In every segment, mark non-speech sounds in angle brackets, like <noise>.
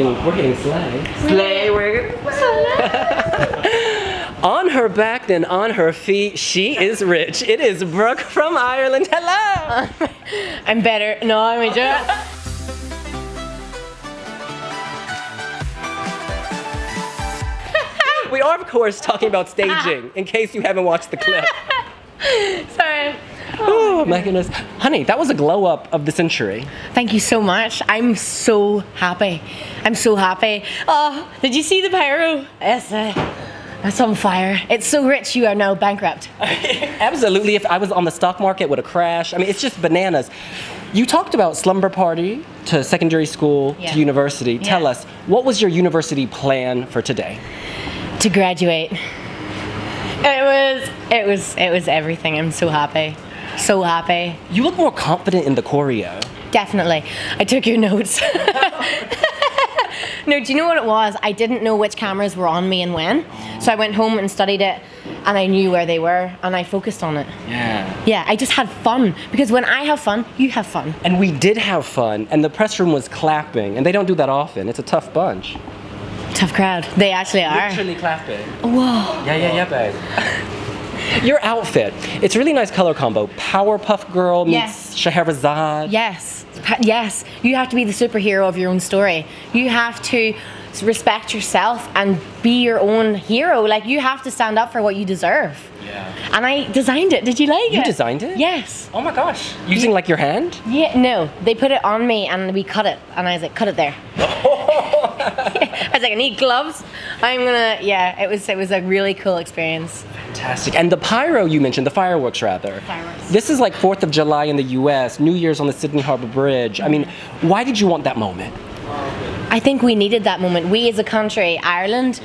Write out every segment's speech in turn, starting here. We're getting slay. Slay, we're gonna on her back, then on her feet, she is rich. It is Brooke from Ireland. Hello! I'm better. No, I'm a joke. We are, of course, talking about staging, in case you haven't watched the clip. Sorry. Oh my goodness. Honey, that was a glow up of the century. Thank you so much. I'm so happy. I'm so happy. Oh, did you see the pyro? Yes. Uh, that's on fire. It's so rich you are now bankrupt. Absolutely, if I was on the stock market, would have crashed. I mean, it's just bananas. You talked about slumber party to secondary school Yeah. to university. Tell Yeah. us, what was your university plan for today? to graduate. It was it was it was everything. I'm so happy. So happy. You look more confident in the choreo. Definitely. I took your notes. <laughs> no, do you know what it was? I didn't know which cameras were on me and when. So I went home and studied it and I knew where they were and I focused on it. Yeah. Yeah, I just had fun because when I have fun, you have fun. And we did have fun, and the press room was clapping, and they don't do that often. It's a tough bunch. Tough crowd. They actually are. clapping. Whoa. Yeah, yeah, yeah, babe. <laughs> Your outfit, it's really nice color combo. Powerpuff Girl meets Yes. Scheherazade. Yes. Pa- Yes. You have to be the superhero of your own story. You have to s- respect yourself and be your own hero. Like you have to stand up for what you deserve. yeah. And I designed it. Did you like it? You designed it? Yes. Oh my gosh. Using like your hand? Yeah, no. They put it on me and we cut it. And I was like, cut it there. I was like, I need gloves. I'm gonna yeah, it was it was a really cool experience. Fantastic. And the pyro you mentioned, the fireworks rather. Fireworks. This is like 4th of July in the US, New Year's on the Sydney Harbour Bridge. I mean, why did you want that moment? I think we needed that moment. We as a country, Ireland,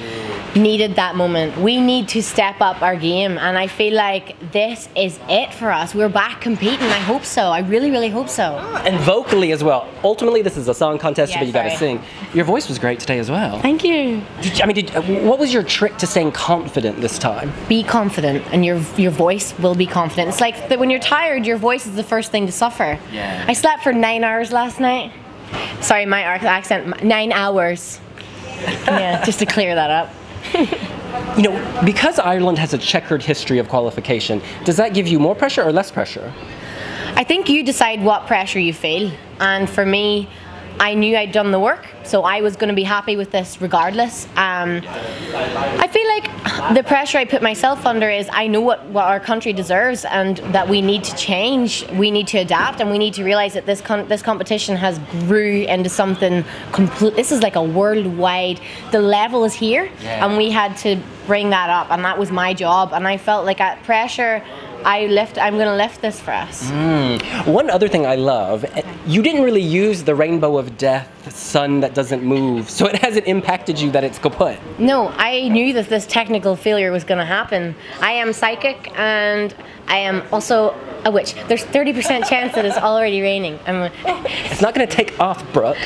needed that moment. We need to step up our game, and I feel like this is it for us. We're back competing. I hope so. I really, really hope so. And vocally as well. Ultimately, this is a song contest, Yeah, but you gotta sorry. sing. Your voice was great today as well. Thank you. Did you- I mean, did, uh, what was your trick to staying confident this time? Be confident, and your your voice will be confident. It's like that when you're tired, your voice is the first thing to suffer. Yeah. I slept for nine hours last night. Sorry, my ar- accent. Nine hours. yeah, <laughs> just to clear that up. You know, because Ireland has a checkered history of qualification, does that give you more pressure or less pressure? I think you decide what pressure you feel. And for me, I knew I'd done the work, so I was going to be happy with this regardless. Um, I feel like the pressure I put myself under is I know what, what our country deserves and that we need to change, we need to adapt, and we need to realize that this con- this competition has grew into something complete. This is like a worldwide. The level is here, Yeah. and we had to bring that up, and that was my job. And I felt like at pressure, I lift. I'm going to lift this for us. One other thing I love, eh, you didn't really use the rainbow of death, sun that doesn't move, so it hasn't impacted you that it's kaput. No, I knew that this technical failure was going to happen. I am psychic and I am also a witch. There's 30% chance that it's already raining. I'm It's not gonna take off, Brooke.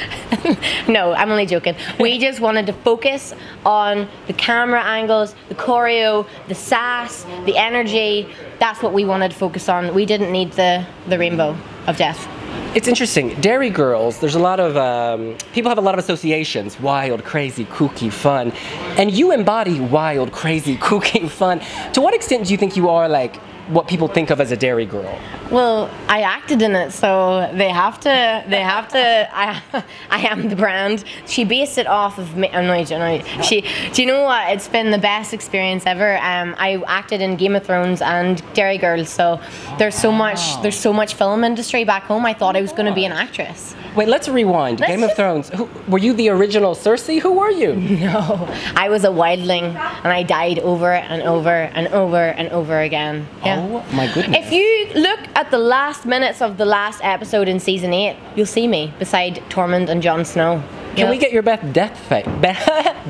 no, I'm only joking. We just wanted to focus on the camera angles, the choreo, the sass, the energy. That's what we wanted to focus on. We didn't need the, the rainbow of death. It's interesting. Dairy girls, there's a lot of, um, people have a lot of associations wild, crazy, kooky, fun. And you embody wild, crazy, <laughs> kooky, fun. To what extent do you think you are like what people think of as a dairy girl? Well, I acted in it, so they have to. They have to. I, <laughs> I am the brand. She based it off of me. I'm not. I'm not- She. Do you know what? It's been the best experience ever. Um, I acted in Game of Thrones and Dairy Girls, so there's so much. There's so much film industry back home. I thought I was going to be an actress. <laughs> Wait, let's rewind. Let's Game of just- Thrones. Who, were you the original Cersei? Who were you? No, I was a wildling, and I died over and over and over and over again. Oh my goodness. If you look at the last minutes of the last episode in season eight, you'll see me beside Tormund and Jon Snow. Can we Yep. get your best death <laughs> face?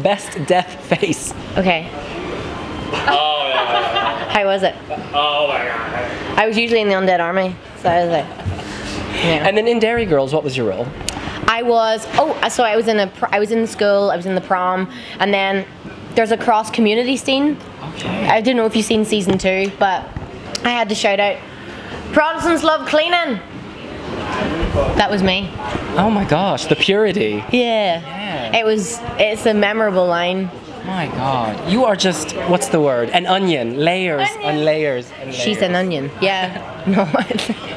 best death face. Okay. How was it? Oh my god. I was usually in the undead army, so I was like. Yeah. And then in Dairy Girls, what was your role? I was oh so I was in a pr- I was in school I was in the prom and then there's a cross community scene. Okay. I don't know if you've seen season two, but I had to shout out Protestants love cleaning. That was me. Oh my gosh, the purity. Yeah. Yeah. It was. It's a memorable line. My God, you are just what's the word? An onion, layers Onion. and layers. And She's an layers. onion. <laughs> Yeah. No.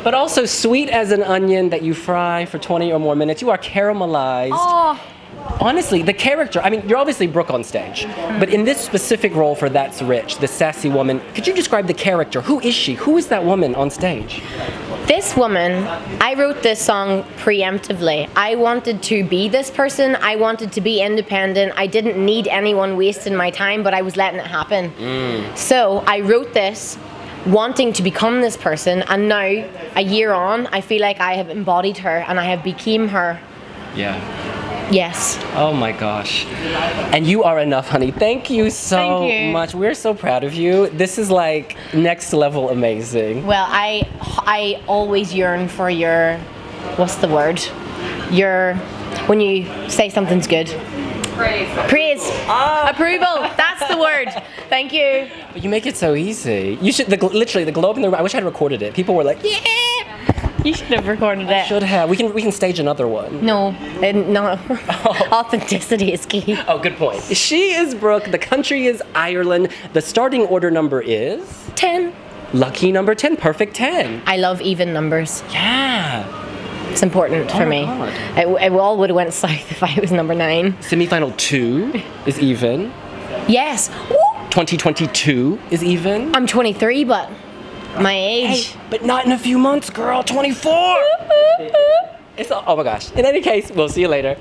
But also sweet as an onion that you fry for 20 or more minutes. You are caramelized. oh. Honestly, the character. I mean, you're obviously Brooke on stage, Mm-hmm. but in this specific role for That's Rich, the sassy woman. Could you describe the character? Who is she? Who is that woman on stage? This woman, I wrote this song preemptively. I wanted to be this person. I wanted to be independent. I didn't need anyone wasting my time, but I was letting it happen. Mm. So I wrote this wanting to become this person, and now, a year on, I feel like I have embodied her and I have became her. Yeah. Yes. Oh my gosh. And you are enough, honey. Thank you so Thank you. much. We're so proud of you. This is like next level amazing. Well, I I always yearn for your what's the word? Your when you say something's good. Praise. Praise. Ah. Approval. That's the word. Thank you. But you make it so easy. You should the, gl- literally the glow up in the room. I wish I had recorded it. People were like, "Yeah, You should have recorded it. should have." We can we can stage another one. No, eh, <laughs> no. Authenticity is key. Oh, good point. She is Brooke. The country is Ireland. The starting order number is Ten. lucky number 10, perfect 10. I love even numbers. Yeah. It's important for Oh my me. God. It, it all would have went south <laughs> if I was number nine. Semifinal 2 is even. Yes. Woo! 2022 is even. I'm 23, but my age. But not in a few months, girl. 24. it's all, oh my gosh. In any case, we'll see you later.